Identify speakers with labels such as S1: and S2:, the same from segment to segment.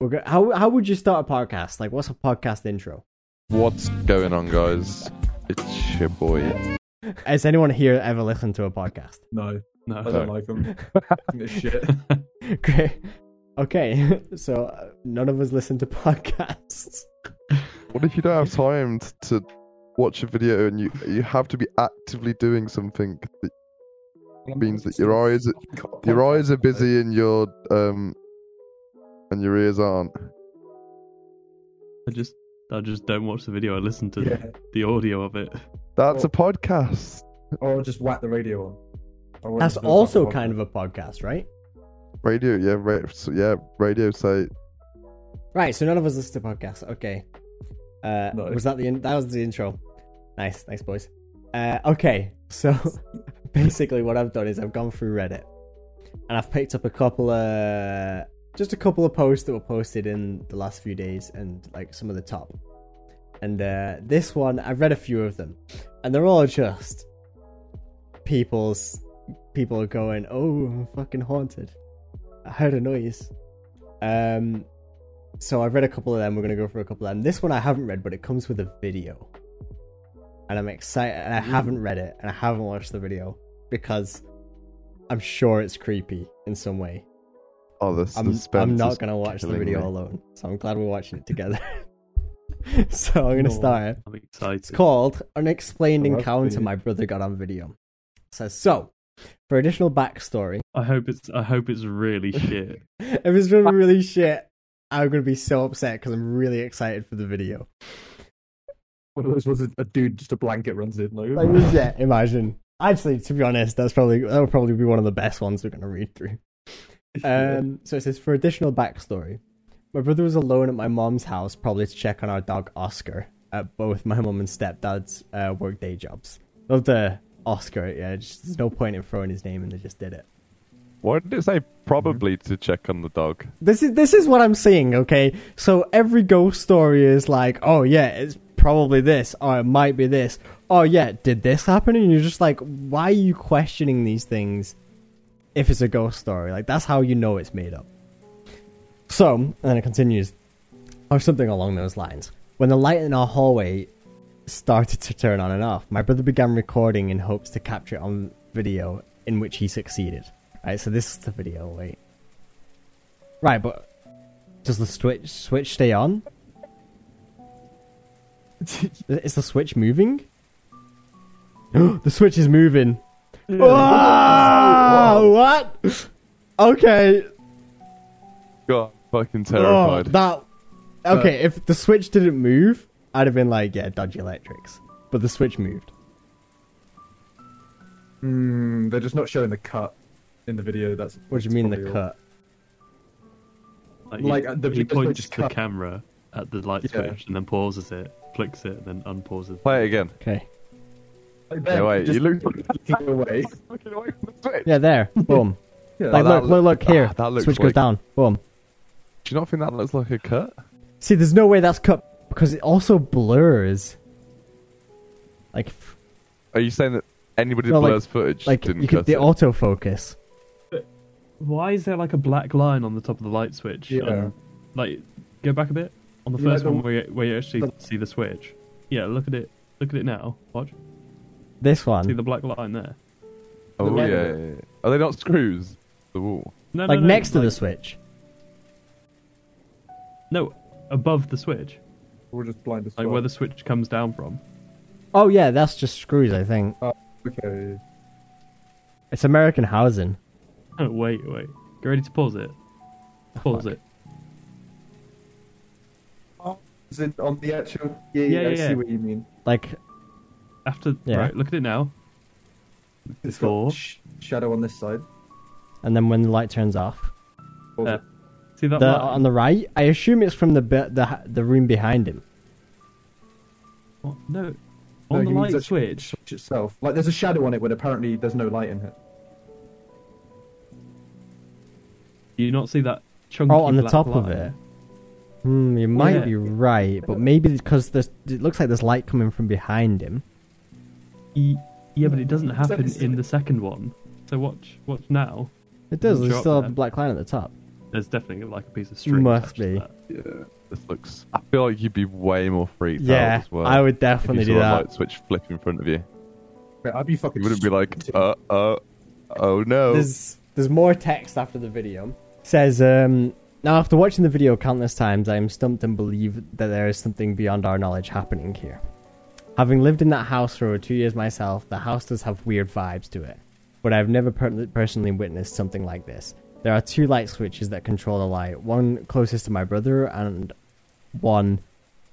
S1: We're go- how how would you start a podcast? Like, what's a podcast intro?
S2: What's going on, guys? It's your boy.
S1: Has anyone here ever listened to a podcast?
S3: No, no, I
S2: No.
S3: don't like them. It's shit.
S1: Great. Okay, so uh, none of us listen to podcasts.
S2: What if you don't have time t- to watch a video and you you have to be actively doing something that means that your eyes your eyes are busy and your um and your ears aren't?
S4: I just I just don't watch the video. I listen to
S3: Yeah.
S4: the audio of it.
S2: That's a podcast.
S3: Or just whack the radio on. I wouldn't
S1: That's
S3: do that
S1: also
S3: for
S1: kind of a podcast, right?
S2: Radio, yeah, ra- so yeah, radio. Say
S1: Right. So none of us listen to podcasts. Okay. Uh,
S3: No.
S1: Was that the in- that was the intro? Nice, thanks, boys. Uh, okay, so basically, what I've done is I've gone through Reddit and I've picked up a couple of just a couple of posts that were posted in the last few days and like some of the top. And uh, this one, I've read a few of them, and they're all just people's people are going, "Oh, I'm fucking haunted." I heard a noise. Um, so I've read a couple of them. We're gonna go for a couple of them. This one I haven't read, but it comes with a video, and I'm excited. And
S2: Mm-hmm.
S1: I haven't read it, and I haven't watched the video because I'm sure it's creepy in some way.
S2: oh, the s-
S1: I'm,
S2: suspense.
S1: I'm
S2: is
S1: not gonna watch the
S2: killing
S1: video
S2: me.
S1: alone, so I'm glad we're watching it together. so I'm gonna
S3: No.
S1: start it.
S4: I'm excited.
S1: It's called Unexplained
S3: Oh, that's
S1: Encounter
S3: weird.
S1: My Brother Got on Video. It says, so, for additional backstory,
S4: I hope it's I hope it's really shit.
S1: if it's really, really shit, I'm going to be so upset because I'm really excited for the video.
S3: One of those was a, a dude just a blanket runs in. Like,
S1: Like, legit, imagine. Actually, to be honest, that's probably that'll probably be one of the best ones we're going to read through. Um, so it says, for additional backstory, my brother was alone at my mom's house, probably to check on our dog Oscar at both my mom and stepdad's uh, work day jobs. Love the Oscar, yeah. Just, there's no point in throwing his name, and they just did it.
S2: Why did it say probably
S1: Mm-hmm.
S2: to check on the dog?
S1: This is this is what I'm seeing, okay? So every ghost story is like, oh yeah, it's probably this, or it might be this. Oh yeah, did this happen? And you're just like, why are you questioning these things if it's a ghost story? Like that's how you know it's made up. So, and then it continues, or something along those lines. When the light in our hallway started to turn on and off, my brother began recording in hopes to capture it on video, in which he succeeded. Right, so this is the video, wait. Right, but does the switch switch stay on? Is the switch moving? the switch is moving.
S2: Mm.
S1: Whoa, what? Okay.
S2: God, fucking
S1: Oh,
S2: terrified.
S1: that. Okay, if the switch didn't move, I'd have been like, yeah, dodgy electrics. But the switch moved.
S3: mm, they're just not showing the cut in the video. That's
S1: What do you
S3: that's
S1: mean the
S3: probably all.
S1: cut?
S4: he-
S3: Like, uh, the
S4: he
S3: video's
S4: points
S3: just
S4: the
S3: cut.
S4: camera at the light
S3: Yeah.
S4: switch and then pauses it, flicks it, and then unpauses.
S2: Play it again.
S1: Okay.
S3: Like,
S2: Yeah,
S3: they're
S2: wait, you
S3: just
S2: look.
S3: looking away.
S2: Looking away from the switch.
S1: Yeah, there. Boom.
S3: Yeah,
S1: like,
S2: Oh, that
S1: look, look, look,
S2: loo-
S1: here.
S2: ah, that looks
S1: switch goes
S2: like-
S1: down. Boom.
S2: Do you not think that looks like a cut?
S1: See, there's no way that's cut because it also blurs. Like, f-
S2: Are you saying that anybody
S1: No,
S2: that
S1: like-
S2: blurs footage
S1: like
S2: didn't
S1: you could
S2: cut
S1: the
S2: it?
S1: autofocus.
S4: Why is there like a black line on the top of the light switch?
S3: Yeah.
S4: Um, like, go back a bit on the
S3: Yeah,
S4: first
S3: the-
S4: one where you, where you actually
S3: the-
S4: see the switch. Yeah, look at it. Look at it now. Watch.
S1: This
S4: See
S1: one,
S4: the black line there.
S2: Oh yeah,
S3: red-
S2: yeah, yeah. Are they not screws? The wall.
S4: No, no,
S1: like
S4: no,
S1: next to the
S4: like-
S1: switch.
S4: No, above the switch.
S3: We're just blind as
S4: Like
S3: well.
S4: where the switch comes down from.
S1: Oh yeah, that's just screws. I think
S3: Okay.
S1: it's American housing.
S4: Oh, wait, wait. Get ready to pause it. Pause it.
S3: Is it on the actual? Yeah,
S4: Yeah,
S3: yeah, I
S4: yeah, yeah.
S3: see what you mean.
S1: Like
S4: After
S1: Yeah.
S4: right, look at it now.
S3: It's
S4: Four.
S3: got sh- shadow on this side.
S1: and then when the light turns off,
S3: Or-
S4: Yeah. See that
S1: the,
S4: line?
S1: on the right, I assume it's from the be- the h- the room behind him.
S4: Oh, no.
S3: No,
S4: On
S3: he
S4: the
S3: means
S4: light
S3: actually the
S4: switch.
S3: switch itself. Like there's a shadow on it when apparently there's no light in it.
S4: Do you not see that chunky
S1: Oh, on the
S4: black
S1: top of
S4: line?
S1: it. Hmm, you might
S4: yeah.
S1: be right, but maybe because there's it looks like there's light coming from behind him.
S4: Y- Yeah, but it doesn't
S3: Is that-
S4: happen
S3: is
S4: in
S3: it-
S4: the second one. So watch, watch now.
S1: It does.
S4: Drop
S1: There's still a
S4: that.
S1: black line at the top.
S4: There's There's definitely like a piece of string.
S1: Must
S4: attached to
S1: be.
S4: that.
S3: Yeah.
S5: This looks. I feel like you'd be way more freaked out
S1: yeah,
S5: as well.
S1: I would
S5: if you
S1: definitely
S5: saw
S1: do
S5: a
S1: that.
S5: light switch flip in front of you.
S3: Mate, I'd be fucking.
S5: You wouldn't be like, uh, uh, oh no.
S1: There's there's more text after the video. Says um, now after watching the video countless times, I am stumped and believe that there is something beyond our knowledge happening here. Having lived in that house for over two years myself, the house does have weird vibes to it, but I've never per- personally witnessed something like this. There are two light switches that control the light, one closest to my brother and one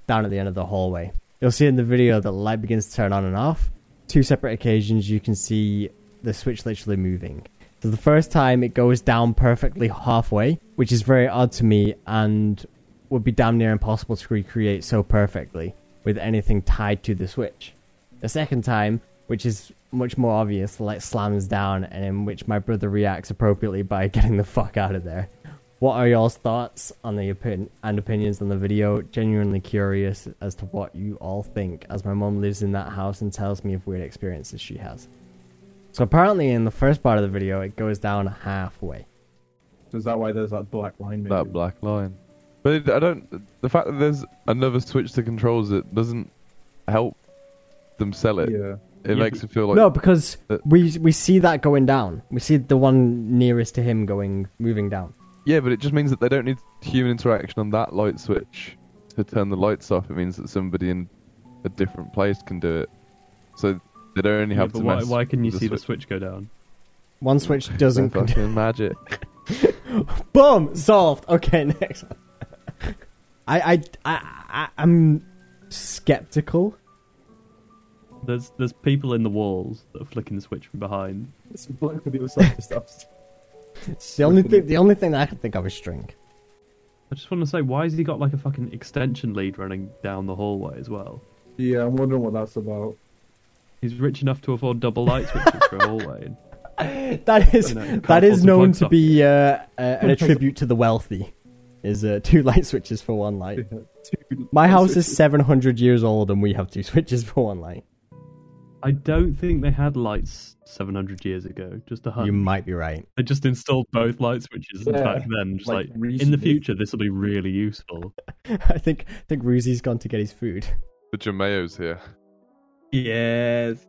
S1: down at the end of the hallway. You'll see in the video that the light begins to turn on and off. Two separate occasions you can see the switch literally moving. So the first time it goes down perfectly halfway, which is very odd to me and would be damn near impossible to recreate so perfectly with anything tied to the switch. The second time, which is much more obvious, the light slams down and in which my brother reacts appropriately by getting the fuck out of there. What are y'all's thoughts on the opin- and opinions on the video? Genuinely curious as to what you all think, as my mom lives in that house and tells me of weird experiences she has. So apparently, in the first part of the video, it goes down halfway.
S3: Is that why there's that black line? Maybe?
S5: that black line. But it, I don't. The fact that there's another switch that controls it doesn't help them sell it.
S3: Yeah.
S5: It
S4: Yeah,
S5: makes it feel like
S1: no, because
S5: Uh,
S1: we we see that going down. We see the one nearest to him going moving down.
S5: yeah, but it just means that they don't need human interaction on that light switch to turn the lights off. It means that somebody in a different place can do it. So they don't only
S4: Yeah,
S5: have
S4: but
S5: to.
S4: why,
S5: mess
S4: why can you
S5: with
S4: see the switch go down?
S1: One switch doesn't.
S5: They're
S1: Con-
S5: fucking magic.
S1: Boom, solved. Okay, next. one. I I I I- I'm skeptical.
S4: There's there's people in the walls that are flicking the switch from behind.
S3: It's black with the other side of stuff.
S1: The only thing the only thing that I can think of is string.
S4: I just want to say, why has he got like a fucking extension lead running down the hallway as well?
S3: Yeah, I'm wondering what that's about.
S4: He's rich enough to afford double light switches for a hallway.
S1: That is
S4: You know, you can't
S1: that
S4: afford
S1: is
S4: to
S1: known
S4: plug
S1: to be uh, uh, an attribute to the wealthy. Is uh, two light switches for one light.
S3: Yeah, two-
S1: My house is 700 years old and we have two switches for one light.
S4: I don't think they had lights 700 years ago. Just a
S3: Uh,
S1: You
S4: hun-
S1: might be right.
S4: They just installed both light switches
S3: Yeah,
S4: back then. Just
S3: like
S4: like, in
S3: recently.
S4: the future, this will be really useful.
S1: I think I think Ruzi's gone to get his food.
S5: The Jameo's here.
S4: Yes.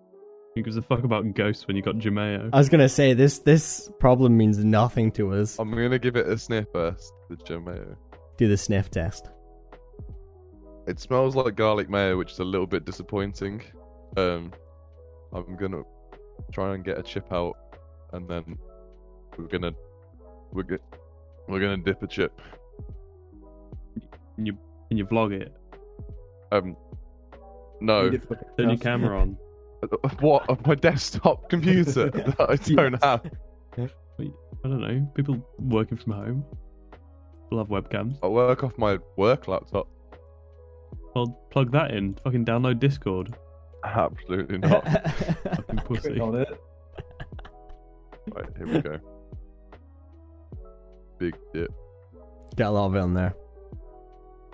S4: Who gives a fuck about ghosts when you got Jumeo?
S1: I was gonna say this this problem means nothing to us.
S5: I'm gonna give it a sniff first. The Jameo.
S1: Do the sniff test.
S5: It smells like garlic mayo, which is a little bit disappointing. Um, I'm gonna try and get a chip out, and then we're gonna we're go- we're gonna dip a chip.
S4: and you and you vlog it.
S5: Um, no,
S3: Need it for-
S4: Turn your camera on.
S5: what on my desktop computer that I don't have.
S4: I don't know. People working from home. People have webcams.
S5: I work off my work laptop.
S4: Well, plug that in. Fucking download Discord.
S5: Absolutely not.
S1: That's
S4: Fucking pussy.
S3: Click on it.
S5: right, here we go. Big dip.
S1: Got a lot of it on there.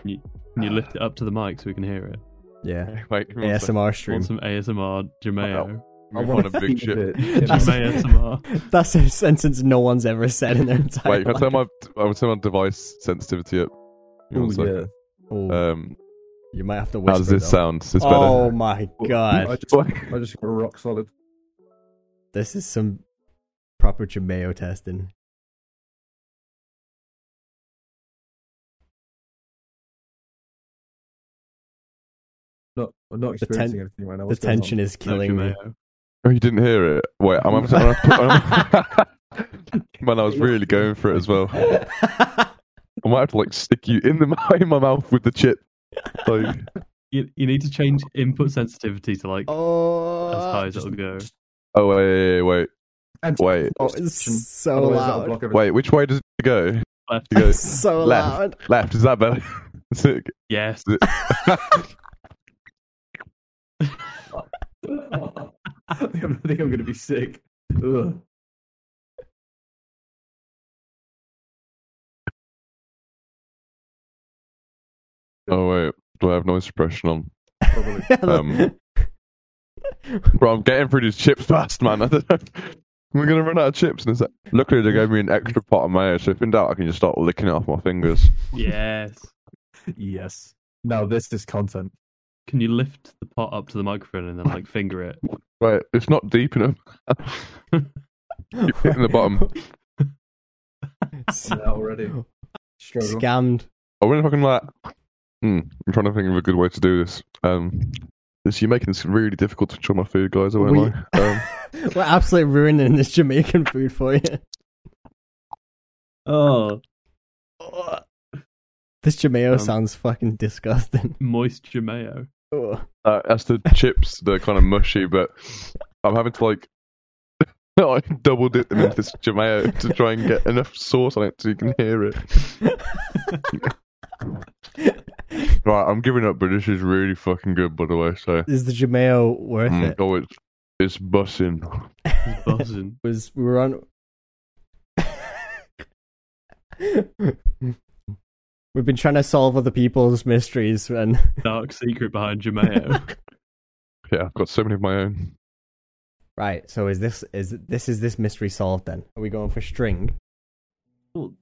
S4: And you lift it up to the mic so we can hear it.
S1: Yeah.
S5: Wait, give me one sec.
S1: ASMR
S4: Want
S1: stream.
S4: some ASMR Jumeo.
S5: We
S3: I
S5: want
S3: wanna
S5: a big
S3: feed
S5: chip.
S3: it.
S1: That's-
S4: Jumeo ASMR.
S1: That's a sentence no one's ever said in their entire
S5: Wait, can I turn
S1: life.
S5: my I will turn my device sensitivity up? Give me
S3: Oh,
S5: one sec.
S3: yeah.
S1: Ooh,
S5: Um,
S1: you might have to whisper.
S5: how does this
S1: though.
S5: sound? Is this
S1: Oh my
S3: I
S1: god.
S3: just,
S5: better?
S3: I just got rock solid.
S1: This is some proper Jameo testing.
S3: Not, I'm not
S1: The ten-
S3: experiencing everything right now.
S1: The
S3: What's going on?
S1: tension is
S4: No
S1: killing me.
S4: Jumeo.
S5: oh, you didn't hear it. Wait, I'm. having to- I'm- Man, I was really going for it as well. I might have to like stick you in the in my mouth with the chip. Like,
S4: You, you need to change input sensitivity to like
S1: oh.
S4: as high as it'll go.
S5: oh wait, wait, wait,
S3: And-
S5: wait,
S1: Oh, it's so
S3: Otherwise that'll
S1: loud.
S3: block everything.
S5: wait. Which way does it go?
S4: Left.
S5: It goes
S1: so
S5: left.
S1: loud.
S5: left. Is that better? Is it-
S4: Yes.
S3: I think I'm going to be sick. Ugh.
S5: oh wait, do I have noise suppression on?
S3: Probably.
S5: Um, Bro, I'm getting through these chips fast, man. I don't know. We're gonna run out of chips in a sec. Luckily, they gave me an extra pot of mayo, so if in doubt, I can just start licking it off my fingers.
S4: Yes.
S3: Yes. Now this is content.
S4: Can you lift the pot up to the microphone and then like finger it?
S5: Wait, it's not deep enough. hitting the bottom.
S1: S-
S3: already. Struggle.
S1: Scammed.
S5: I wonder if I can like. Hmm, I'm trying to think of a good way to do this. Um, this you're making this really difficult to enjoy my food, guys. I won't
S1: We-
S5: lie. Um,
S1: We're absolutely ruining this Jamaican food for you.
S4: Oh,
S1: Ugh. This Jamaica
S4: Um,
S1: sounds fucking disgusting.
S4: moist mayo.
S1: Ugh.
S5: Uh, as the chips, they're kind of mushy, but I'm having to like, like double dip them into this jameo to try and get enough sauce on it so you can hear it. Right, I'm giving up, but this is really fucking good, by the way. So,
S1: Is the Jamaica worth
S5: Mm,
S1: it?
S5: oh, it's it's bussing.
S4: It's buzzing.
S1: was we were on. We've been trying to solve other people's mysteries, and
S4: Dark secret behind your mayo.
S5: Yeah, I've got so many of my own.
S1: right. So is this is this is this mystery solved? Then are we going for string?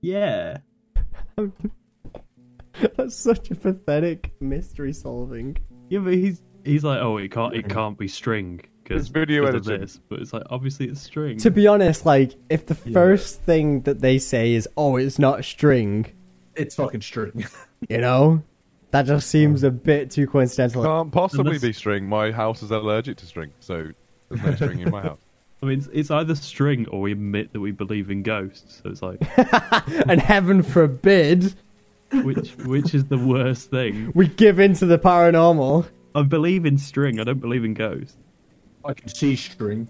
S4: yeah.
S1: That's such a pathetic mystery solving.
S4: Yeah, but he's he's like, oh, it can't it can't be string
S5: It's
S4: because
S5: video
S4: of
S5: editing.
S4: this. But it's like obviously it's string.
S1: To be honest, like if the
S3: Yeah.
S1: first thing that they say is "oh, it's not string,"
S3: It's fucking string.
S1: you know, that just seems a bit too coincidental.
S5: Can't possibly
S4: Unless-
S5: be string. My house is allergic to string, so there's no string in my house.
S4: I mean, it's, it's either string or we admit that we believe in ghosts. So it's like,
S1: and heaven forbid
S4: which which is the worst thing?
S1: we give in to the paranormal.
S4: I believe in string. I don't believe in ghosts.
S3: I can see string.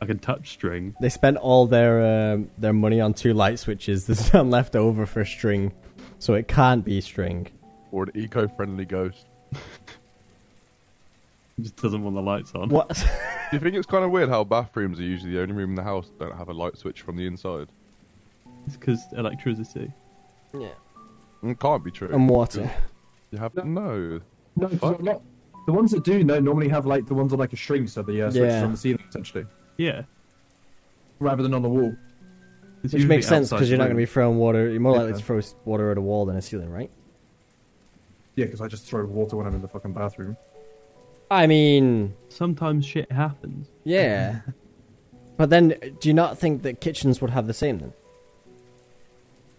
S4: I can touch string.
S1: They spent all their um, their money on two light switches. There's none left over for string, so it can't be string.
S5: Or an eco-friendly ghost.
S4: It just doesn't want the lights on.
S1: What?
S5: Do you think it's kind of weird how bathrooms are usually the only room in the house that don't have a light switch from the inside?
S4: It's because electricity.
S5: It can't be true.
S1: and water.
S5: You have no.
S3: No, 'cause
S5: Fuck.
S3: I'm not. The ones that do no normally have like the ones on like a string, so the uh, switch is
S1: Yeah.
S3: on the ceiling essentially,
S4: Yeah.
S3: rather than on the wall.
S1: Which
S4: It's usually
S1: makes sense because
S4: outside
S1: you're not
S4: room.
S1: going to be throwing water. You're more likely
S3: Yeah.
S1: to throw s- water at a wall than a ceiling, right?
S3: Yeah, because I just throw water when I'm in the fucking bathroom.
S1: I mean,
S4: Sometimes shit happens.
S1: yeah. but then, do you not think that kitchens would have the same then?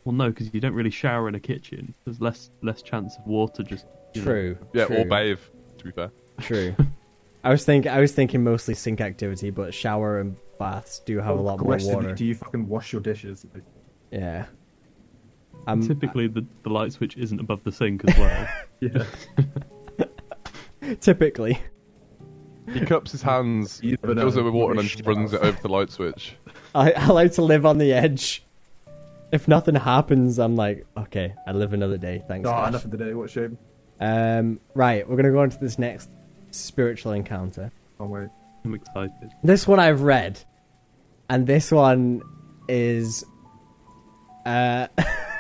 S4: Well, no, because you don't really shower in a kitchen. There's less less chance of water just. you know.
S1: True.
S5: Yeah,
S1: true,
S5: or bathe. To be fair,
S1: True. I was think I was thinking mostly sink activity, but shower and baths do have a lot more
S3: Question,
S1: water.
S3: Do you fucking wash your dishes? Like,
S1: Yeah. Um,
S4: Typically, the, the light switch isn't above the sink as well.
S3: yeah.
S1: typically.
S5: he cups his hands,
S3: You never
S5: fills
S3: know.
S5: it with water, and then just
S3: Shit
S5: runs it
S3: house.
S5: over the light switch.
S1: I, I like to live on the edge. If nothing happens, I'm like, okay, I live another day. Thanks.
S3: Ah,
S1: guys.
S3: nothing today. What a shame.
S1: Um, right, we're gonna go on to this next spiritual encounter.
S3: Oh wait.
S4: I'm excited.
S1: This one I've read, and this one is, uh,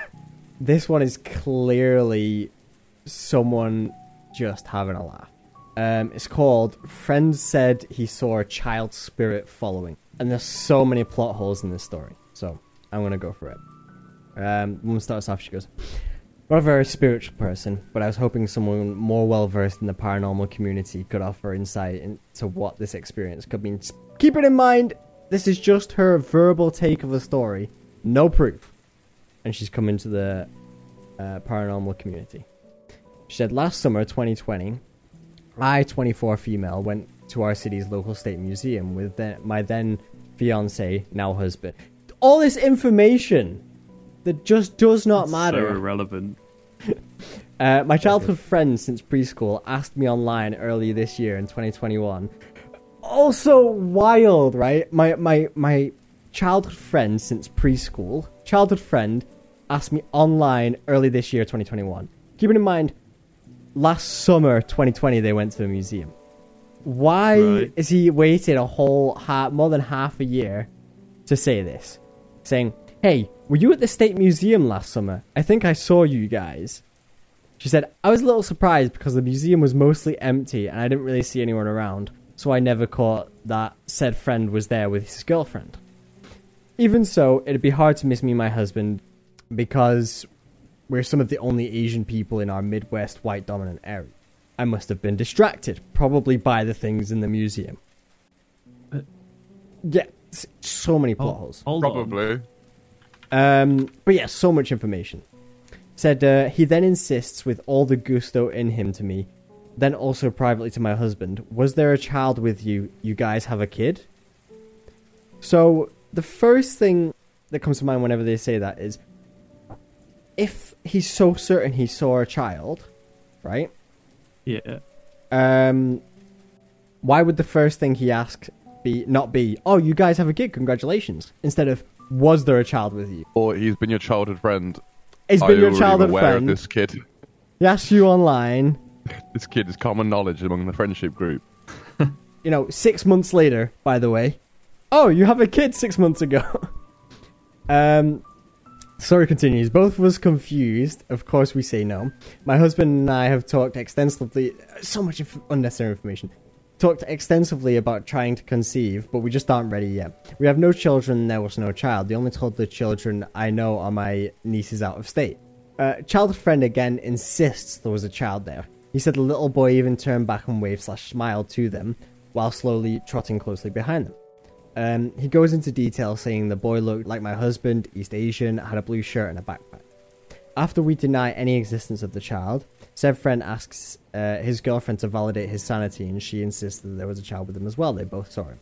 S1: this one is clearly someone just having a laugh. Um, it's called "Friend Said He Saw a Child Spirit Following," and there's so many plot holes in this story. So I'm gonna go for it. Um, woman starts off. She goes, "Not a very spiritual person, but I was hoping someone more well versed in the paranormal community could offer insight into what this experience could mean." S- Keep it in mind, this is just her verbal take of the story, no proof, and she's come into the uh, paranormal community. She said, "Last summer, 2020, I, 24 female, went to our city's local state museum with the, my then fiance, now husband. All this information that just does not matter.
S4: So irrelevant.
S1: Uh, my childhood friend since preschool asked me online earlier this year in 2021. Also wild, right? My my my childhood friend since preschool, childhood friend asked me online early this year 2021. Keeping in mind last summer 2020 they went to the museum. Why
S4: Right.
S1: is he waiting a whole half, more than half a year to say this? Saying, "Hey, were you at the state museum last summer? I think I saw you guys." She said, I was a little surprised because the museum was mostly empty and I didn't really see anyone around. so I never caught that said friend was there with his girlfriend. Even so, it'd be hard to miss me and my husband because we're some of the only Asian people in our Midwest white dominant area. I must have been distracted, probably by the things in the museum.
S4: But-
S1: Yeah, s- so many plot
S4: Hold,
S1: holes.
S4: hold on.
S2: Probably.
S1: Um, but yeah, so much information. Said uh, he then insists with all the gusto in him to me, then also privately to my husband, was there a child with you? You guys have a kid? So the first thing that comes to mind whenever they say that is if he's so certain he saw a child, right?
S4: Yeah.
S1: Um, why would the first thing he asked be not be, "Oh, you guys have a kid, congratulations," instead of, "Was there a child with you?"
S2: Or he's been your childhood friend.
S1: It's
S2: Are
S1: been
S2: you
S1: your
S2: already
S1: childhood
S2: aware
S1: friend.
S2: of this kid?
S1: He asked you online.
S2: This kid is common knowledge among the friendship group.
S1: You know, six months later, by the way. Oh, you have a kid six months ago. um, story continues. Both of us confused. Of course, we say no. My husband and I have talked extensively. So much inf- unnecessary information. Talked extensively about trying to conceive, but we just aren't ready yet. We have no children. There was no child. The only toddler children I know are my nieces out of state. Uh, child friend again insists there was a child there. He said the little boy even turned back and waved slash smiled to them while slowly trotting closely behind them. Um, he goes into detail saying the boy looked like my husband, East Asian, had a blue shirt and a backpack. After we deny any existence of the child, said friend asks uh, his girlfriend to validate his sanity, and she insists that there was a child with him as well. They both saw him.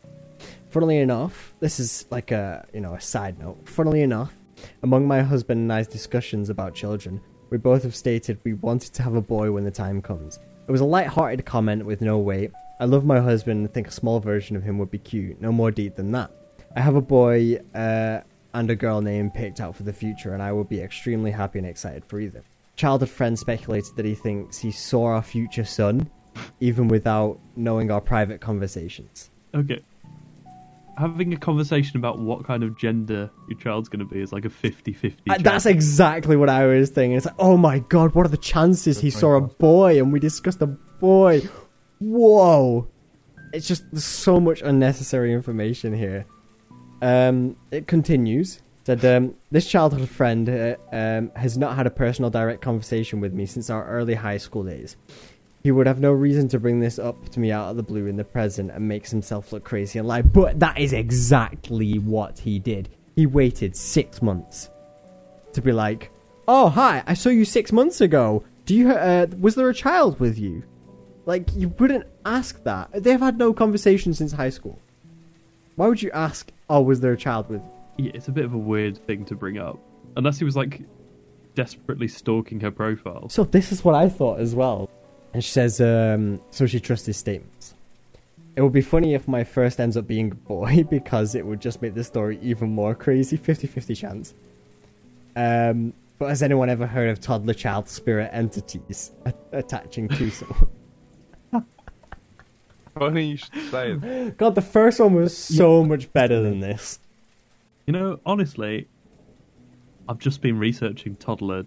S1: Funnily enough, this is like a you know a side note. Funnily enough, among my husband and I's discussions about children, we both have stated we wanted to have a boy when the time comes. It was a light-hearted comment with no weight. I love my husband and think a small version of him would be cute. No more deep than that. I have a boy uh, and a girl name picked out for the future, and I will be extremely happy and excited for either. Childhood friend speculated that he thinks he saw our future son, even without knowing our private conversations.
S4: Okay. Having a conversation about what kind of gender your child's going to be is like a 50 50.
S1: Uh, That's exactly what I was thinking. It's like, oh my god, what are the chances he saw a boy and we discussed a boy? Whoa! It's just there's so much unnecessary information here. Um, it continues. Said, um, this childhood friend uh, um, has not had a personal direct conversation with me since our early high school days. He would have no reason to bring this up to me out of the blue in the present and makes himself look crazy and lie. But that is exactly what he did. He waited six months to be like, "Oh, hi, I saw you six months ago. Do you uh, was there a child with you?" Like you wouldn't ask that. They've had no conversation since high school. Why would you ask? Oh, was there a child with?
S4: Yeah, it's a bit of a weird thing to bring up. Unless he was like desperately stalking her profile.
S1: So this is what I thought as well. And she says, um, so she trusts his statements. It would be funny if my first ends up being a boy because it would just make the story even more crazy. 50-50 chance. Um, but has anyone ever heard of toddler child spirit entities a- attaching to someone?
S2: Funny you should say that.
S1: God, the first one was so much better than this.
S4: You know, honestly, I've just been researching toddler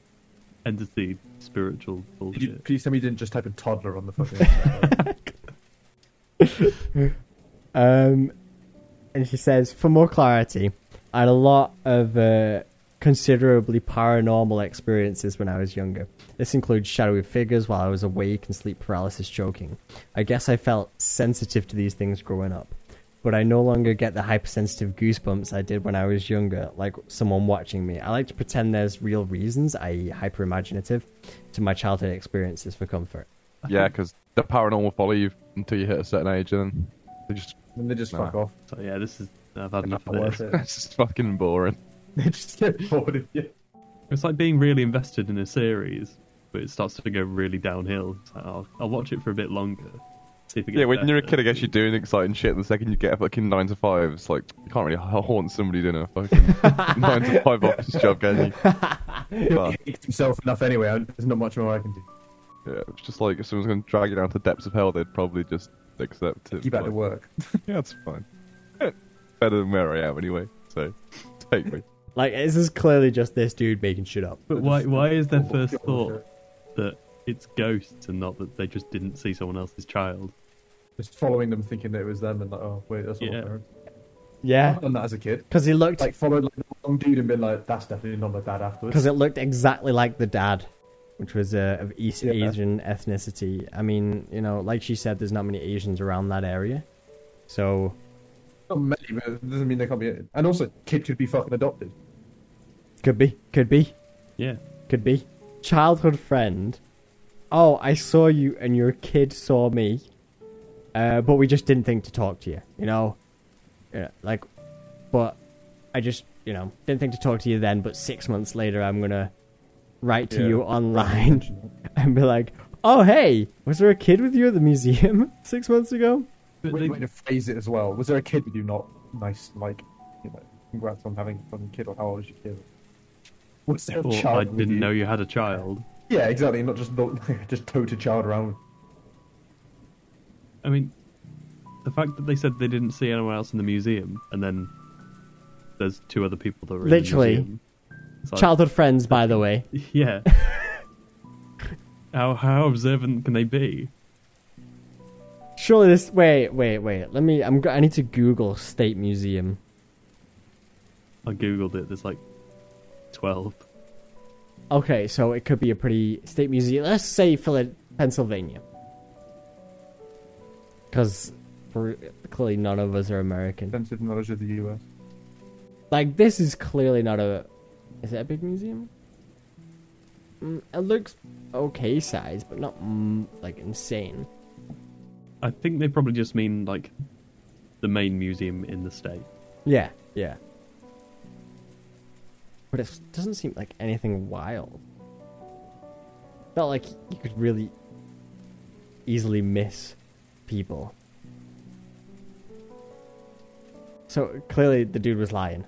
S4: entity spiritual
S3: Could you,
S4: bullshit.
S3: please tell me you didn't just type in toddler on the fucking. internet?
S1: Um, and she says, for more clarity, I had a lot of uh, considerably paranormal experiences when I was younger. This includes shadowy figures while I was awake and sleep paralysis choking. I guess I felt sensitive to these things growing up, but I no longer get the hypersensitive goosebumps I did when I was younger, like someone watching me. I like to pretend there's real reasons, i.e., hyper imaginative, to my childhood experiences for comfort.
S2: Yeah, because the paranormal will follow you until you hit a certain age, and then they just
S3: and they just
S2: Nah.
S3: fuck off.
S4: So yeah, this is I've had enough
S3: Not
S4: of
S3: worth
S4: this.
S3: it.
S2: it's just fucking boring.
S3: They just get bored of you.
S4: It's like being really invested in a series, but it starts to go really downhill. It's like, oh, I'll, I'll watch it for a bit longer. See if it gets
S2: Yeah, when you're a
S4: better.
S2: kid, I guess you're doing exciting shit. The second you get a fucking nine to five, it's like you can't really haunt somebody doing a fucking nine to five office job, can you? But,
S3: He hates himself enough anyway. I- There's not much more I can do.
S2: yeah, it's just like if someone's gonna drag you down to the depths of hell, they'd probably just accept it.
S3: Keep out
S2: Like,
S3: of work.
S2: Yeah, it's fine. Eh, Better than where I am anyway. So take me.
S1: Like, this is clearly just this dude making shit up.
S4: But why? Why is
S3: Oh,
S4: their first thought that it's ghosts and not that they just didn't see someone else's child?
S3: Just following them, thinking that it was them, and like, oh wait, that's not
S4: Yeah.
S3: my parents.
S1: Yeah,
S3: I've done that as a kid.
S1: because he looked
S3: Like followed like the wrong dude and been like, that's definitely not my dad afterwards.
S1: because it looked exactly like the dad, which was uh, of East
S3: Yeah.
S1: Asian ethnicity. I mean, you know, like she said, there's not many Asians around that area, so
S3: Not many, but it doesn't mean they can't be. And also, kid could be fucking adopted.
S1: could be, could be,
S4: Yeah.
S1: could be. Childhood friend. Oh, I saw you, and your kid saw me, uh, but we just didn't think to talk to you. You know, yeah, like, but I just, you know, didn't think to talk to you then. But six months later, I'm gonna write to
S3: Yeah.
S1: you online. and be like, "Oh hey, was there a kid with you at the museum six months ago?"
S4: But
S3: Way,
S4: they,
S3: way to phrase it as well. Was there a kid with you? Not nice, like, you know, congrats on having a fucking kid, or how old is your kid? Was there a
S4: or,
S3: child?
S4: I
S3: with
S4: didn't
S3: you?
S4: know you had a child.
S3: Yeah, exactly. Not just not, just tote a child around.
S4: I mean, the fact that they said they didn't see anyone else in the museum, and then there's two other people that were
S1: Literally.
S4: in the museum. It's like,
S1: Childhood friends, by the way.
S4: Yeah. how how observant can they be?
S1: Surely this. Wait, wait, wait. Let me. I'm. go- I need to Google state museum.
S4: I googled it. There's like twelve.
S1: Okay, so it could be a pretty state museum. Let's say Phila- Pennsylvania, because clearly none of us are American.
S3: Extensive knowledge of the U.S.
S1: Like this is clearly not a. Is it a big museum? Mm, it looks okay size, but not mm, like insane.
S4: I think they probably just mean like the main museum in the state.
S1: Yeah, yeah. But it doesn't seem like anything wild. Not like you could really easily miss people. So clearly the dude was lying.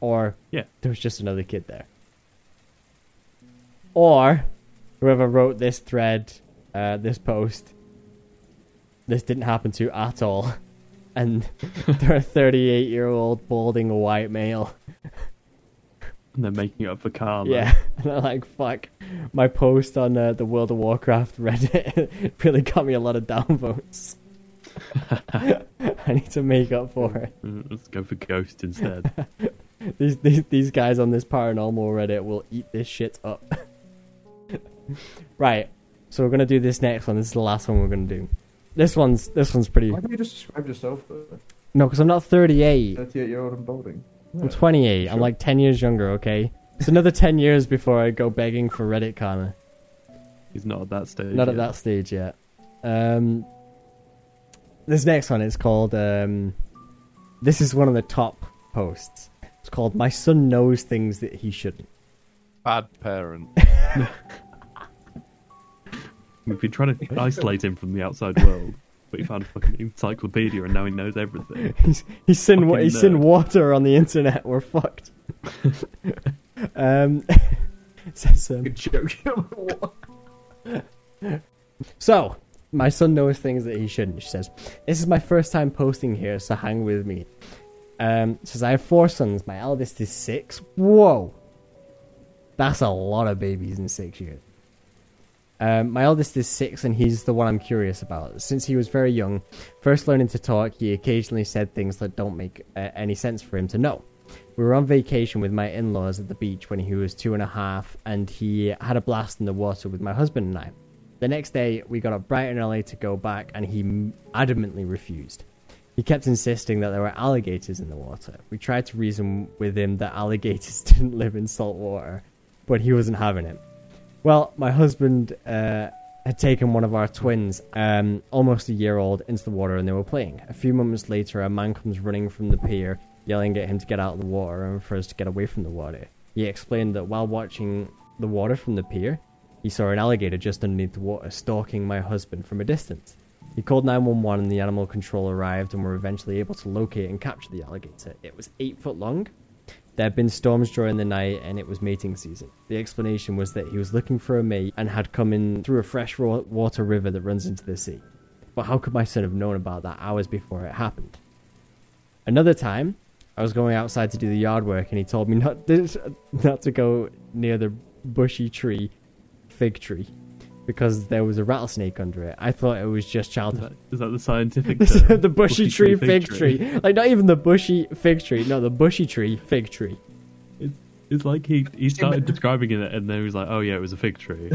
S1: Or
S4: Yeah.
S1: there was just another kid there. Or whoever wrote this thread, uh, this post, this didn't happen to at all. And they're a 38 year old balding white male.
S4: And they're making it up for karma.
S1: Yeah. And I'm like, fuck, my post on uh, the World of Warcraft Reddit really got me a lot of downvotes. I need to make up for it.
S4: Mm, Let's go for ghost instead.
S1: These, these these guys on this paranormal Reddit will eat this shit up. right. So we're gonna do this next one. This is the last one we're gonna do. This one's this one's pretty.
S3: Why don't you just describe yourself? though?
S1: No, because I'm not 38.
S3: Thirty-eight-year-old and balding.
S1: I'm 28. I'm
S3: Sure.
S1: like 10 years younger. Okay. It's another 10 years before I go begging for Reddit karma.
S4: He's not at that stage.
S1: Not at
S4: yet.
S1: that stage yet. Um, this next one is called. Um, this is one of the top posts. It's called "My son knows things that he shouldn't."
S2: Bad parent.
S4: We've been trying to isolate him from the outside world, but he found a fucking encyclopedia and now he knows everything.
S1: He's he's in wa-
S4: Fucking
S1: he's in
S4: nerd.
S1: water on the internet. We're fucked. um, says, um,
S3: Good joke.
S1: So, my son knows things that he shouldn't. She says, This is my first time posting here, so hang with me. Um, says, I have four sons. My eldest is six. Whoa! That's a lot of babies in six years. Um, my eldest is six, and he's the one I'm curious about. Since he was very young, first learning to talk, he occasionally said things that don't make uh, any sense for him to know. We were on vacation with my in laws at the beach when he was two and a half, and he had a blast in the water with my husband and I. The next day, we got up bright and early to go back, and he m- adamantly refused. He kept insisting that there were alligators in the water. We tried to reason with him that alligators didn't live in salt water, but he wasn't having it. Well, my husband uh, had taken one of our twins, um, almost a year old, into the water and they were playing. A few moments later, a man comes running from the pier, yelling at him to get out of the water and for us to get away from the water. He explained that while watching the water from the pier, he saw an alligator just underneath the water stalking my husband from a distance. He called 911 and the animal control arrived and were eventually able to locate and capture the alligator. It was 8 foot long there had been storms during the night and it was mating season. The explanation was that he was looking for a mate and had come in through a freshwater river that runs into the sea. But how could my son have known about that hours before it happened? Another time, I was going outside to do the yard work and he told me not, not to go near the bushy tree, fig tree. because there was a rattlesnake under it. I thought it was just
S4: Is
S1: childhood
S4: that, is that the scientific term?
S1: the bushy tree fig tree. Like not even the bushy fig tree. No, the bushy tree fig tree.
S4: It's like he, he started describing it and then he was like, oh yeah, it was a fig tree.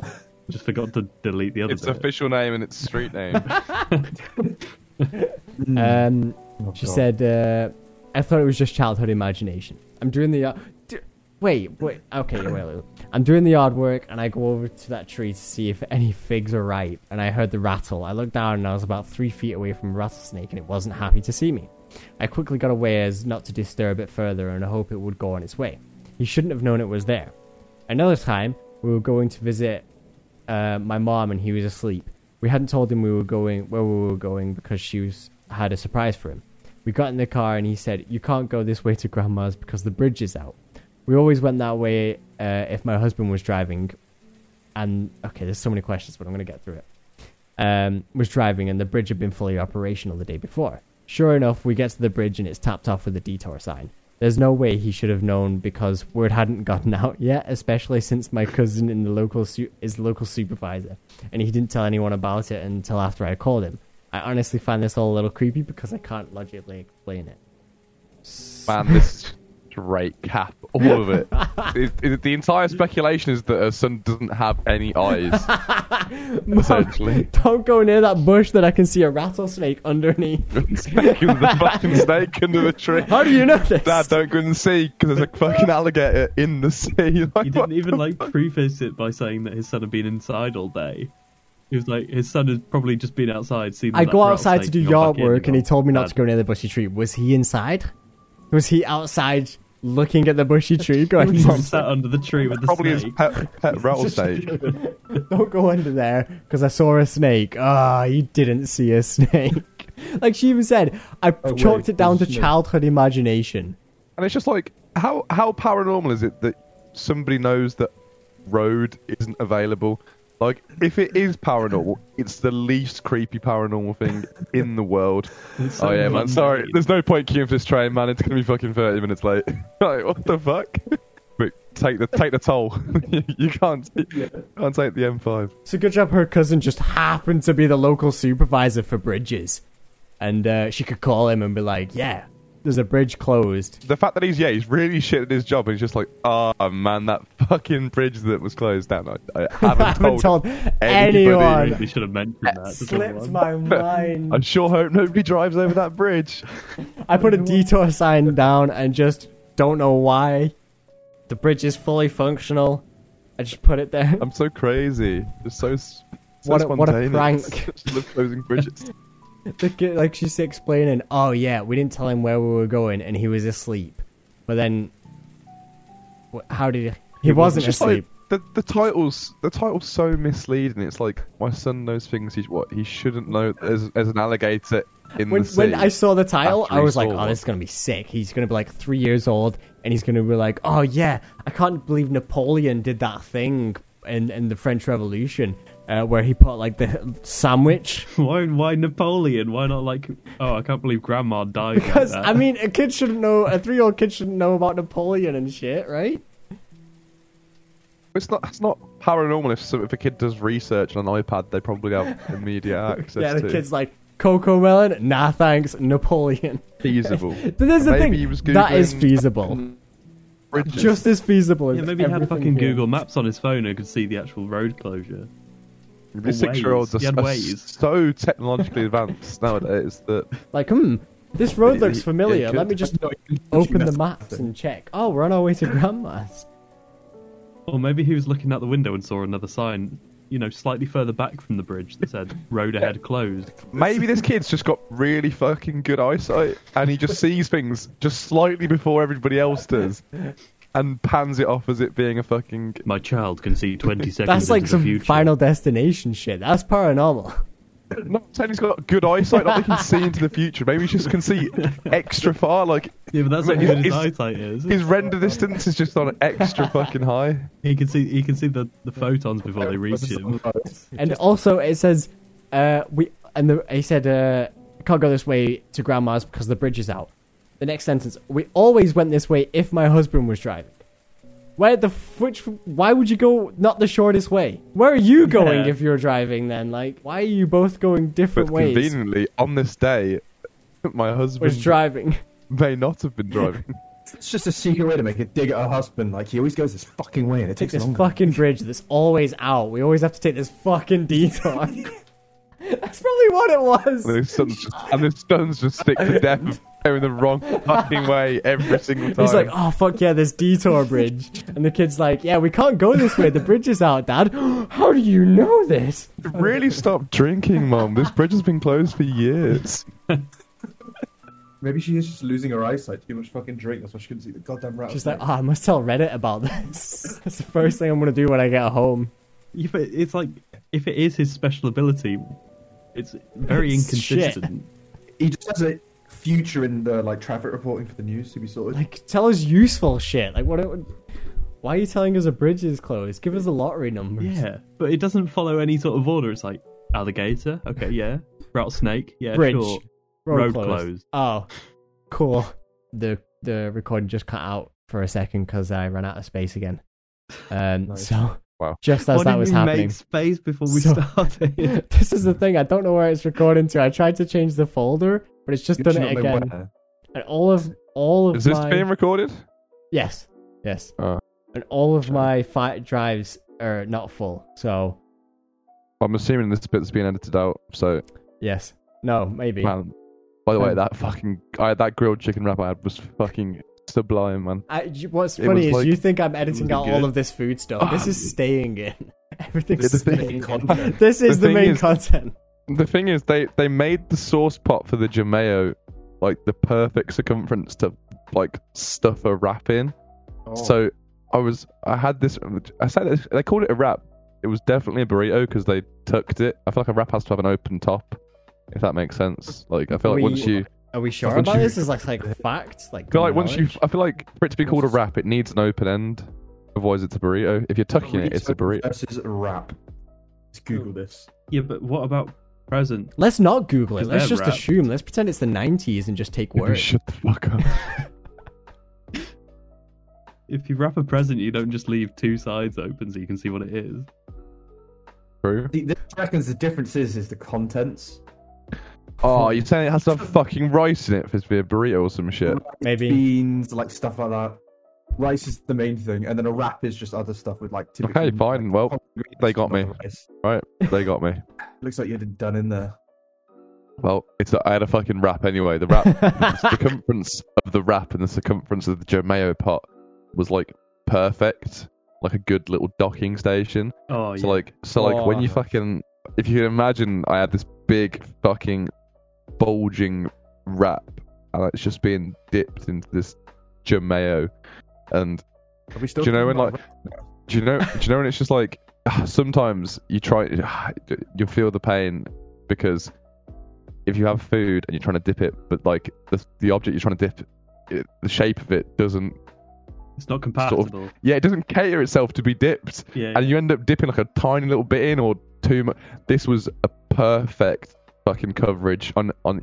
S4: Just forgot to delete the other
S5: It's
S4: bit.
S5: official name and its street name.
S1: Um,
S3: Hmm. Oh,
S1: she
S3: God.
S1: said, uh, "I thought it was just childhood imagination." I'm doing the yard. D- wait, wait. Okay, wait, wait, wait. I'm doing the yard work, and I go over to that tree to see if any figs are ripe. And I heard the rattle. I looked down, and I was about three feet away from a rattlesnake, and it wasn't happy to see me. I quickly got away as not to disturb it further, and I hope it would go on its way. He shouldn't have known it was there. Another time, we were going to visit uh, my mom and he was asleep. We hadn't told him we were going where we were going because she was, had a surprise for him. We got in the car and he said, "You can't go this way to grandma's because the bridge is out." We always went that way uh, if my husband was driving, and okay, there's so many questions, but I'm gonna get through it. Um, was driving and the bridge had been fully operational the day before. Sure enough, we get to the bridge and it's tapped off with a detour sign. There's no way he should have known because word hadn't gotten out yet, especially since my cousin in the local su- is the local supervisor, and he didn't tell anyone about it until after I called him. I honestly find this all a little creepy because I can't logically explain it.
S5: Man, this straight cap, all of it. It- it- The entire speculation is that her son doesn't have any eyes, essentially.
S1: Don't go near that bush that I can see a rattlesnake underneath.
S5: Snake under the fucking snake under the tree.
S1: How do you know this?
S5: Dad, don't go in the sea because there's a fucking alligator in the sea. Like,
S4: He
S5: what
S4: didn't even
S5: the
S4: like preface it by saying that his son had been inside all day. He was like, his son had probably just been outside. Seen
S1: I
S4: that
S1: go outside to
S4: rattlesnake
S1: do
S4: and gone
S1: yard
S4: back in
S1: work, and he
S4: gone,
S1: told me not
S4: "Dad,
S1: to go near the bushy tree. Was he inside? Was he outside looking at the bushy tree, going,
S4: He
S1: "Mom,
S4: was sat under the tree with the
S5: Probably his
S4: snake.
S5: pet, pet rattlesnake.
S1: don't go under there because I saw a snake." Ah, you didn't see a snake. like she even said, I
S3: wait,
S1: chalked it down to
S3: there's a snake.
S1: childhood imagination.
S5: And it's just like, how how paranormal is it that somebody knows that road isn't available? Like, if it is paranormal, it's the least creepy paranormal thing in the world.
S4: so
S5: oh yeah, man.
S4: mundane.
S5: Sorry, there's no point queuing for this train, man. It's gonna be fucking thirty minutes late. like, what the fuck? But take the take the toll. you, you can't you can't take the M5.
S1: So good job. Her cousin just happened to be the local supervisor for bridges, and uh, she could call him and be like, "Yeah, there's a bridge closed."
S5: The fact that he's yeah, he's really shit at his job, and he's just like, ah man, that fucking bridge that was closed down. I, I haven't,
S1: I haven't told
S5: anybody.
S1: anyone.
S4: He should have mentioned that. to
S1: Slipped
S4: someone.
S1: my mind.
S5: I sure hope nobody drives over that bridge.
S1: I put a detour sign down and just don't know why. The bridge is fully functional. I just put it there.
S5: I'm so crazy. It's so, s- so
S1: What a- what a
S5: spontaneous.
S1: prank.
S5: Just love closing bridges.
S1: The kid- like she's explaining, oh yeah, we didn't tell him where we were going and he was asleep. But then, wh- how did he? He wasn't
S5: It's just like,
S1: asleep.
S5: the, the title's the title's so misleading. It's like my son knows things he what he shouldn't know. As, as an alligator in
S1: When,
S5: the sea.
S1: when I saw the title,
S5: after
S1: I
S5: he
S1: was like,
S5: Oh, saw
S1: oh,
S5: one.
S1: this is going to be sick. He's going to be like three years old and he's going to be like, oh yeah, I can't believe Napoleon did that thing in, in the French Revolution uh, where he put like the sandwich
S4: Why? Why Napoleon? Why not like? Oh, I can't believe Grandma died. like
S1: Because
S4: that.
S1: I mean, a kid shouldn't know. A three-year-old kid shouldn't know about Napoleon and shit, right?
S5: it's not it's not paranormal if some, if a kid does research on an iPad, they probably have immediate access.
S1: yeah, the
S5: to.
S1: kid's like Coco Melon. Nah, thanks, Napoleon.
S5: feasible.
S1: But there's the
S5: Maybe
S1: thing
S5: he was
S1: that is
S5: Googling
S1: feasible,
S5: bridges.
S1: just as feasible as
S4: yeah, maybe he had
S1: everything
S4: fucking
S1: here.
S4: Google Maps on his phone and could see the actual road closure.
S5: The six-year-olds
S4: Waze. He had
S5: are, are
S4: Waze.
S5: so technologically advanced nowadays that
S1: Like, hmm, this road looks
S5: Yeah,
S1: familiar.
S5: it
S1: Let
S5: could.
S1: me just
S3: No, you-
S1: open
S3: you
S1: the
S3: messed up.
S1: maps and check. Oh, we're on our way to grandma's.
S4: Or maybe he was looking out the window and saw another sign, you know, slightly further back from the bridge that said "Road ahead closed."
S5: maybe this kid's just got really fucking good eyesight and he just sees things just slightly before everybody else does and pans it off as it being a fucking
S4: My child can see twenty seconds
S1: That's like
S4: into the
S1: some
S4: future.
S1: Final Destination shit. That's paranormal.
S5: not saying he's got good eyesight not that he can see into the future maybe he just can see extra far like
S4: Yeah, but that's what
S5: It's-
S4: his
S5: it's-
S4: eyesight is.
S5: his render distance is just on extra fucking high
S4: He can see. He can see the, the photons before they reach him.
S1: And also, it says, uh, we and the, he said, uh, can't go this way to grandma's because the bridge is out. The next sentence, we always went this way if my husband was driving. Where the f- which? Why would you go not the shortest way? Where are you going
S4: Yeah.
S1: if you're driving? Then, like, why are you both going different
S5: But
S1: ways?
S5: conveniently, on this day, my husband
S1: Was driving.
S5: may not have been driving.
S3: It's just a secret way to make a dig at her husband. Like he always goes this fucking way, and it
S1: Take
S3: takes
S1: this
S3: longer.
S1: fucking bridge that's always out. We always have to take this fucking detour. that's probably what it was.
S5: and his son's just, and his son's just sick to death of going the wrong fucking way every single time.
S1: He's like, oh fuck yeah, this detour bridge, and the kid's like, yeah, we can't go this way. The bridge is out, Dad. How do you know this?
S5: really stop drinking, mom. This bridge has been closed for years.
S3: Maybe she is just losing her eyesight. Too much fucking drink. That's why she couldn't see the goddamn rat.
S1: She's like, oh, I must tell Reddit about this. That's the first thing I'm gonna do when I get home.
S4: Yeah, but it's like if it is his special ability, it's very
S1: It's shit.
S4: inconsistent.
S3: he just has a future in the like traffic reporting for the news to be sorted.
S1: Like, tell us useful shit. Like, what? It would... Why are you telling us a bridge is closed? Give us the lottery numbers.
S4: Yeah, but it doesn't follow any sort of order. It's like alligator, okay, yeah, route snake, yeah,
S1: Bridge.
S4: sure. Road closed.
S1: Oh, cool. The the recording just cut out for a second because I ran out of space again. Um,
S3: Nice.
S1: so
S5: Wow.
S1: just as
S4: Why
S1: that
S4: didn't
S1: was
S4: we
S1: happening,
S4: make space before we
S1: So-
S4: started?
S1: this is the thing. I don't know where it's recording to. I tried to change the folder, but it's just
S3: You
S1: done
S3: should
S1: it
S3: not know
S1: again.
S3: where.
S1: And all of all of
S5: Is this
S1: my
S5: being recorded?
S1: yes, yes,
S5: Oh.
S1: and all of my fi- drives are not full. So
S5: I'm assuming this bit's being edited out. So,
S1: yes, no, maybe.
S5: man. By the way,
S1: Um,
S5: that fucking I, that grilled chicken wrap I had was fucking sublime, man.
S1: I, you- what's
S5: It
S1: funny
S5: was
S1: is
S5: like-
S1: you think I'm editing out all
S5: good. Ah,
S1: of this food stuff. This is staying in. Everything's
S5: The thing-
S1: staying in. This is
S5: the
S1: the,
S5: thing
S1: main
S5: is-
S1: content.
S5: The thing is, they they made the sauce pot for the Jameo like the perfect circumference to like stuff a wrap in.
S3: Oh.
S5: So I was I had this I said this, they called it a wrap. It was definitely a burrito because they tucked it. I feel like a wrap has to have an open top, if that makes sense. Like I feel like
S1: We-
S5: once you
S1: Are we sure
S5: Once
S1: about
S5: you-
S1: this? Is like like fact? Like,
S5: I feel like
S1: common
S5: once you
S1: knowledge?
S5: I feel like for it to be called a wrap, it needs an open end. Otherwise, it's a burrito. If you're tucking it, it's a burrito.
S3: Versus rap. Let's Google this.
S4: yeah, but what about present?
S1: Let's not Google it.
S4: Because
S1: Let's
S4: they're
S1: just
S4: wrapped.
S1: assume. Let's pretend it's the 90s and just take word.
S5: Shut the fuck up.
S4: If you wrap a present, you don't just leave two sides open so you can see what it is.
S5: True.
S3: The, the reckons the difference is is the contents.
S5: Oh, you're saying it has to have fucking rice in it for it to be a burrito or some shit.
S1: Maybe.
S3: Beans, like stuff like that. Rice is the main thing, and then a wrap is just other stuff with like typical.
S5: Okay, fine. Well,
S3: ingredients,
S5: they got me.
S3: not the rice.
S5: Right, they got me.
S3: Looks like you had it done in there.
S5: Well, it's I had a fucking wrap anyway. The wrap, the circumference of the wrap and the circumference of the Jomeo pot was like perfect, like a good little docking station.
S4: Oh,
S5: So
S4: yeah. Oh.
S5: like, so like when you fucking, if you can imagine, I had this big fucking bulging wrap, and it's just being dipped into this Jomeo, and
S3: Are we still
S5: Do you know
S3: talking
S5: when,
S3: about
S5: Do you know? do you know? when it's just like sometimes you try, you feel the pain because if you have food and you're trying to dip it, but like the the object you're trying to dip, it, the shape of it doesn't.
S4: it's not compatible.
S5: Yeah, it doesn't cater itself to be dipped,
S4: Yeah,
S5: and you end up dipping like a tiny little bit in or too much. This was a perfect fucking coverage on on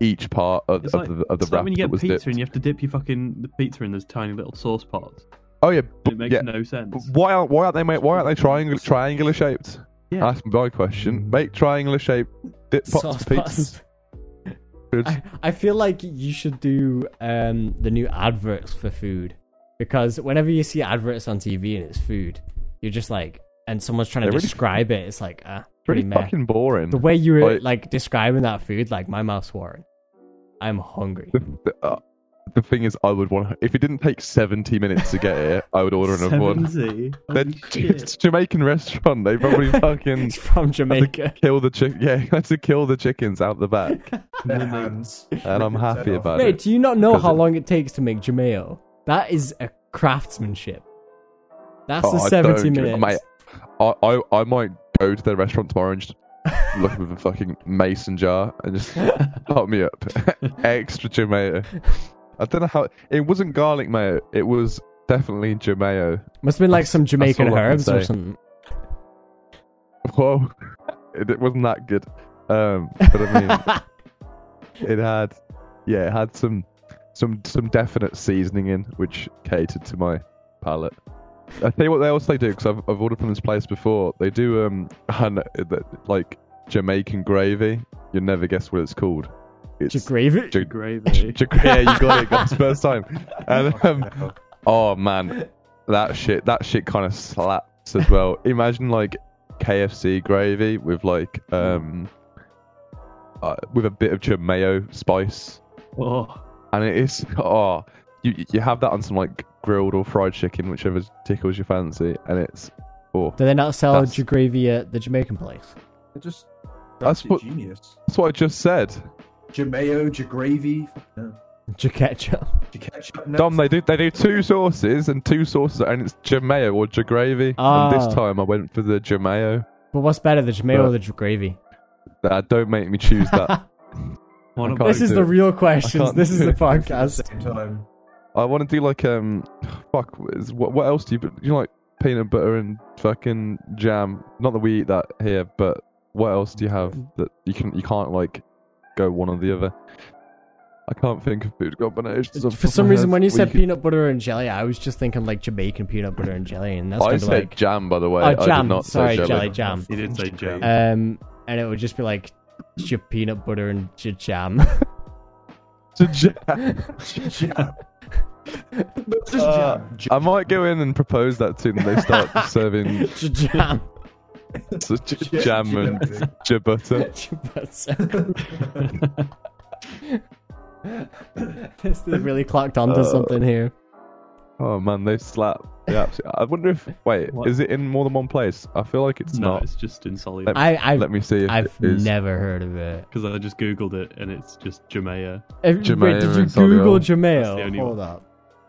S5: each part of,
S4: It's
S5: of
S4: like-
S5: the of the
S4: it's like
S5: wrap
S4: when you
S5: that
S4: get
S5: was
S4: pizza
S5: dipped.
S4: and you have to dip your fucking the pizza in those tiny little sauce pots.
S5: Oh yeah, b-
S4: It makes
S5: yeah.
S4: no sense.
S5: But Why aren't why aren't they made, why aren't they triangular triangular shaped?
S4: Yeah.
S5: That's my question. Make triangular shaped dip pots
S1: Mm. Sauce pasta.
S5: for pizzas. Good.
S1: I, I feel like you should do um, the new adverts for food because whenever you see adverts on TV and it's food, you're just like, and someone's trying to
S5: They're really-
S1: describe it. It's like, ah, pretty
S5: Pretty
S1: meh.
S5: fucking boring.
S1: The way you were
S5: Like-
S1: like describing that food, like my mouth's watering. I'm hungry.
S5: The, the, uh, the thing is, I would want if it didn't take seventy minutes to get here, I would order another one.
S4: 70? Holy
S5: Then
S4: shit.
S5: it's a Jamaican restaurant. They probably fucking
S1: It's from Jamaica.
S5: kill the chick. Yeah, had to kill the chickens out the back,
S3: their hands?
S5: and I'm happy about
S1: Mate,
S5: it.
S1: do you not know
S5: Because
S1: how
S5: it-
S1: long it takes to make Jameo? That is a craftsmanship. That's the
S5: Oh, I
S1: 70
S5: don't give-
S1: minutes.
S5: Mate, I, I I might go to their restaurant tomorrow and just look with a fucking mason jar and just pop me up extra tomato. I don't know how it wasn't garlic mayo. It was definitely tomato.
S1: Must have been like some Jamaican
S5: all I can
S1: herbs or
S5: say.
S1: something.
S5: Whoa, it, it wasn't that good. Um, but I mean, it had yeah, it had some some some definite seasoning in which catered to my palate. I tell you what, they also do because I've, I've ordered from this place before. They do um, and, like Jamaican gravy. You never guess what it's called. It's
S1: Gravy?
S5: Ja-
S4: Gravy.
S5: Ja- yeah, you got it. Got it first time. And um, oh man, that shit, that shit kind of slaps as well. Imagine like KFC gravy with like um, uh, with a bit of Jamaican spice,
S4: oh,
S5: and it is oh, you you have that on some like grilled or fried chicken, whichever tickles your fancy, and it's oh,
S1: Do they not sell
S5: That's-
S1: That's... gravy at the Jamaican place?
S3: It just
S5: That's
S3: that's
S5: what-
S3: genius.
S5: that's what I just said.
S3: Jameo, Jagravy,
S1: Jacketchup.
S3: Jacatchup.
S5: Dom, they do they do two sauces and two sauces, and it's Jameo or Jagravy. And
S1: Ah.
S5: this time I went for the Jameo.
S1: But what's better, the Jamaican or
S5: But-
S1: the j- gravy?
S5: Uh, don't make me choose that.
S4: one
S5: I
S4: of
S5: can't
S1: This is
S5: do
S1: the
S5: it.
S1: real
S5: I
S1: questions.
S5: can't
S1: This is
S5: do
S1: the
S5: it.
S3: at the
S1: podcast.
S3: same time.
S5: I want to do like um, fuck. Is, what what else do you you know, like? Peanut butter and fucking jam. Not that we eat that here, but what else do you have
S1: Mm-hmm.
S5: that you can you can't like go one or the other? I can't think of food combinations. off the
S1: For
S5: top of
S1: some
S5: my
S1: reason,
S5: head.
S1: when you
S5: Well,
S1: said
S5: could-
S1: peanut butter and jelly, I was just thinking like Jamaican peanut butter and jelly, and that's
S5: I
S1: kind of
S5: said
S1: like
S5: jam by the way.
S1: oh
S5: I did
S1: jam.
S5: not
S1: Sorry,
S5: say
S1: jelly jam.
S4: He did say jam.
S1: Um, and it would just be like your peanut butter and your jam.
S5: jelly.
S3: Jam. No, just
S5: Uh,
S3: jam.
S5: I might go in and propose that to them. They start serving
S1: Your jam.
S5: s- j-
S3: Jam,
S5: jam and
S3: jam.
S5: j- butter.
S1: Your butter. This- They've really clocked onto
S5: Uh,
S1: something here.
S5: Oh man, they slap. Yeah, I wonder if wait,
S4: What?
S5: is it in more than one place? I feel like it's
S4: no,
S5: not.
S4: it's just insoluble.
S5: Let-
S1: I, I've,
S5: Let me see. If
S1: I've
S5: it is.
S1: never heard of it.
S4: because I just googled it and it's just Jamaica.
S1: If-
S5: Jamaica
S1: wait, did you
S5: and Saudi
S1: Google
S5: Arabia.
S4: That's the
S1: Jameo?
S4: only
S1: Hold up.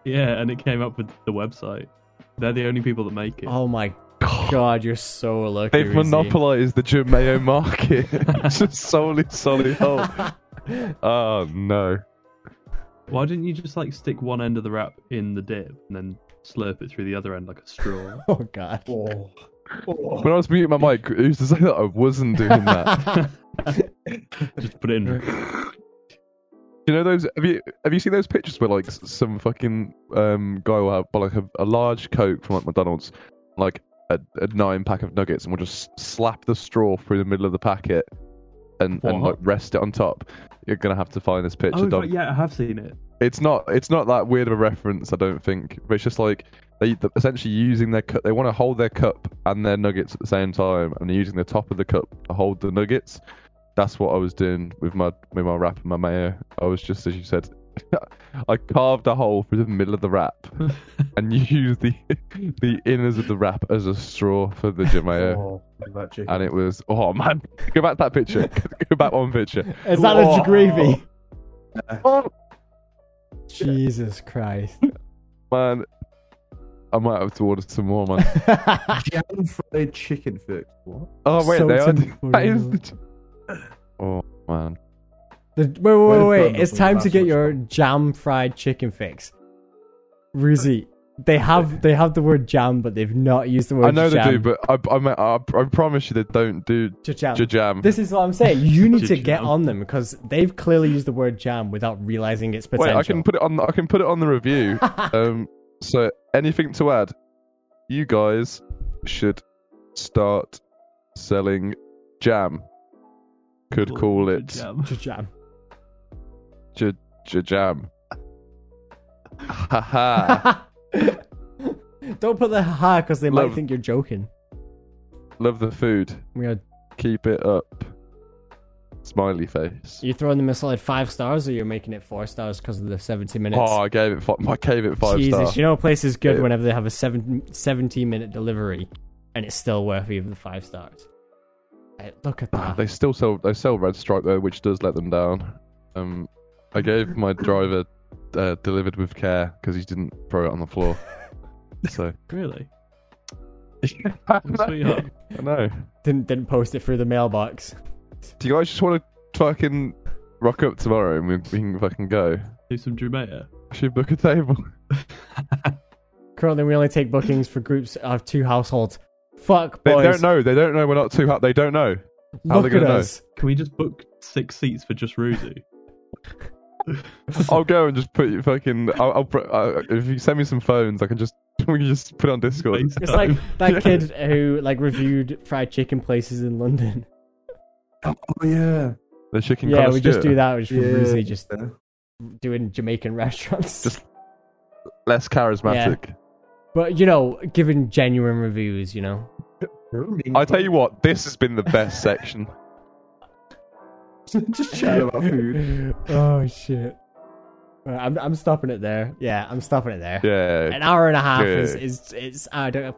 S4: Yeah, and it came up with the website. They're the only people that make it.
S1: Oh my god, you're so lucky.
S5: They've
S1: Rizzy.
S5: monopolised the Jameo market just solely, solely. Oh, oh no!
S4: Why didn't you just like stick one end of the wrap in the dip and then slurp it through the other end like a straw?
S1: Oh god.
S3: Oh. Oh.
S5: When I was muting my mic, who's to say that I wasn't doing that?
S4: just put it in.
S5: you know those? Have you have you seen those pictures where like s- some fucking um guy will have like a, a large coke from like McDonald's, like a, a nine pack of nuggets, and will just slap the straw through the middle of the packet, and and like
S4: What?
S5: rest it on top. You're gonna have to find this picture.
S4: Oh,
S5: Dom.
S4: right, yeah, I have seen it.
S5: it's not it's not that weird of a reference i don't think but it's just like they they're essentially using their cup they want to hold their cup and their nuggets at the same time and they're using the top of the cup to hold the nuggets that's what i was doing with my with my wrap and my mayo i was just as you said i carved a hole through the middle of the wrap and used the the inners of the wrap as a straw for the jameo
S3: Oh, look at that chicken.
S5: uh, and it was oh man go back to that picture go back one picture
S1: Is that a
S3: Oh.
S1: gravy?
S5: oh
S1: Jesus Christ.
S5: man i might have to order some more man
S3: Jam fried chicken fix. What?
S5: Oh wait,
S1: Salt
S5: they are.
S1: and
S5: That is
S1: pepper.
S5: the. ch- Oh man,
S1: The, wait, wait, wait,
S3: Well
S1: wait.
S3: done,
S1: It's
S3: Dublin.
S1: time to
S3: That's
S1: get
S3: much
S1: your jam fried chicken fix. Ruzi, they have they have the word jam, but they've not used the word
S5: I know
S1: jam.
S5: they do, but I, I, mean, I, I promise you they don't do
S1: Jajam.
S5: jam.
S1: This is what I'm saying. You need to get
S4: Jajam.
S1: on them because they've clearly used the word jam without realizing its
S5: Wait,
S1: potential.
S5: I can put it on. I can put it on the review. um, so anything to add? You guys should start selling jam. Could call
S4: Good
S5: it
S4: jam.
S1: Jajam.
S5: jam. Ha ha!
S1: Don't put the ha because they might
S5: Love-
S1: think you're joking.
S5: Love the food.
S1: We are,
S5: Keep it up. Smiley face.
S1: you're throwing them a solid five stars, or you're making it four stars because of the 70 minutes.
S5: Oh, I gave it. Five, I gave it five
S1: Jesus,
S5: stars.
S1: you know a place is good
S5: Yeah.
S1: whenever they have a seven, 17 minute delivery and it's still worth even the five stars. Hey, look at
S5: Ah,
S1: that.
S5: they still sell they sell red stripe though, which does let them down. Um, I gave my driver uh, delivered with care because he didn't throw it on the floor. So
S4: Really?
S5: I
S4: Sweetheart.
S5: know.
S1: Didn't didn't post it through the mailbox.
S5: Do you guys just want to fucking rock up tomorrow and we, we can fucking go?
S4: Do some Jamaica.
S5: Should book a table.
S1: Currently, we only take bookings for groups of two households. Fuck,
S5: They
S1: boys.
S5: don't know. They don't know. We're not too hot. They don't know. how
S1: Look
S5: they gonna
S1: at
S5: know?
S1: us.
S4: Can we just book six seats for just Ruzi?
S5: uh, I'll go and just put you fucking. I'll, I'll pr- I, if you send me some phones, I can just we can just put it on Discord.
S4: Face
S1: It's
S4: time.
S1: like that
S5: Yeah.
S1: kid who like reviewed fried chicken places in London.
S3: Oh yeah.
S5: The chicken
S1: yeah, we just
S5: connoisseur.
S1: do that. We just
S3: Yeah.
S1: really just
S3: Yeah.
S1: doing Jamaican restaurants.
S5: Just- Less charismatic.
S1: But you know, giving genuine reviews, you know.
S5: I tell you what, this has been the best section.
S3: Just chat about food.
S1: oh shit! I'm I'm stopping it there. Yeah, I'm stopping it there.
S5: Yeah.
S1: An hour and a half is,
S5: Good.
S1: is it's I don't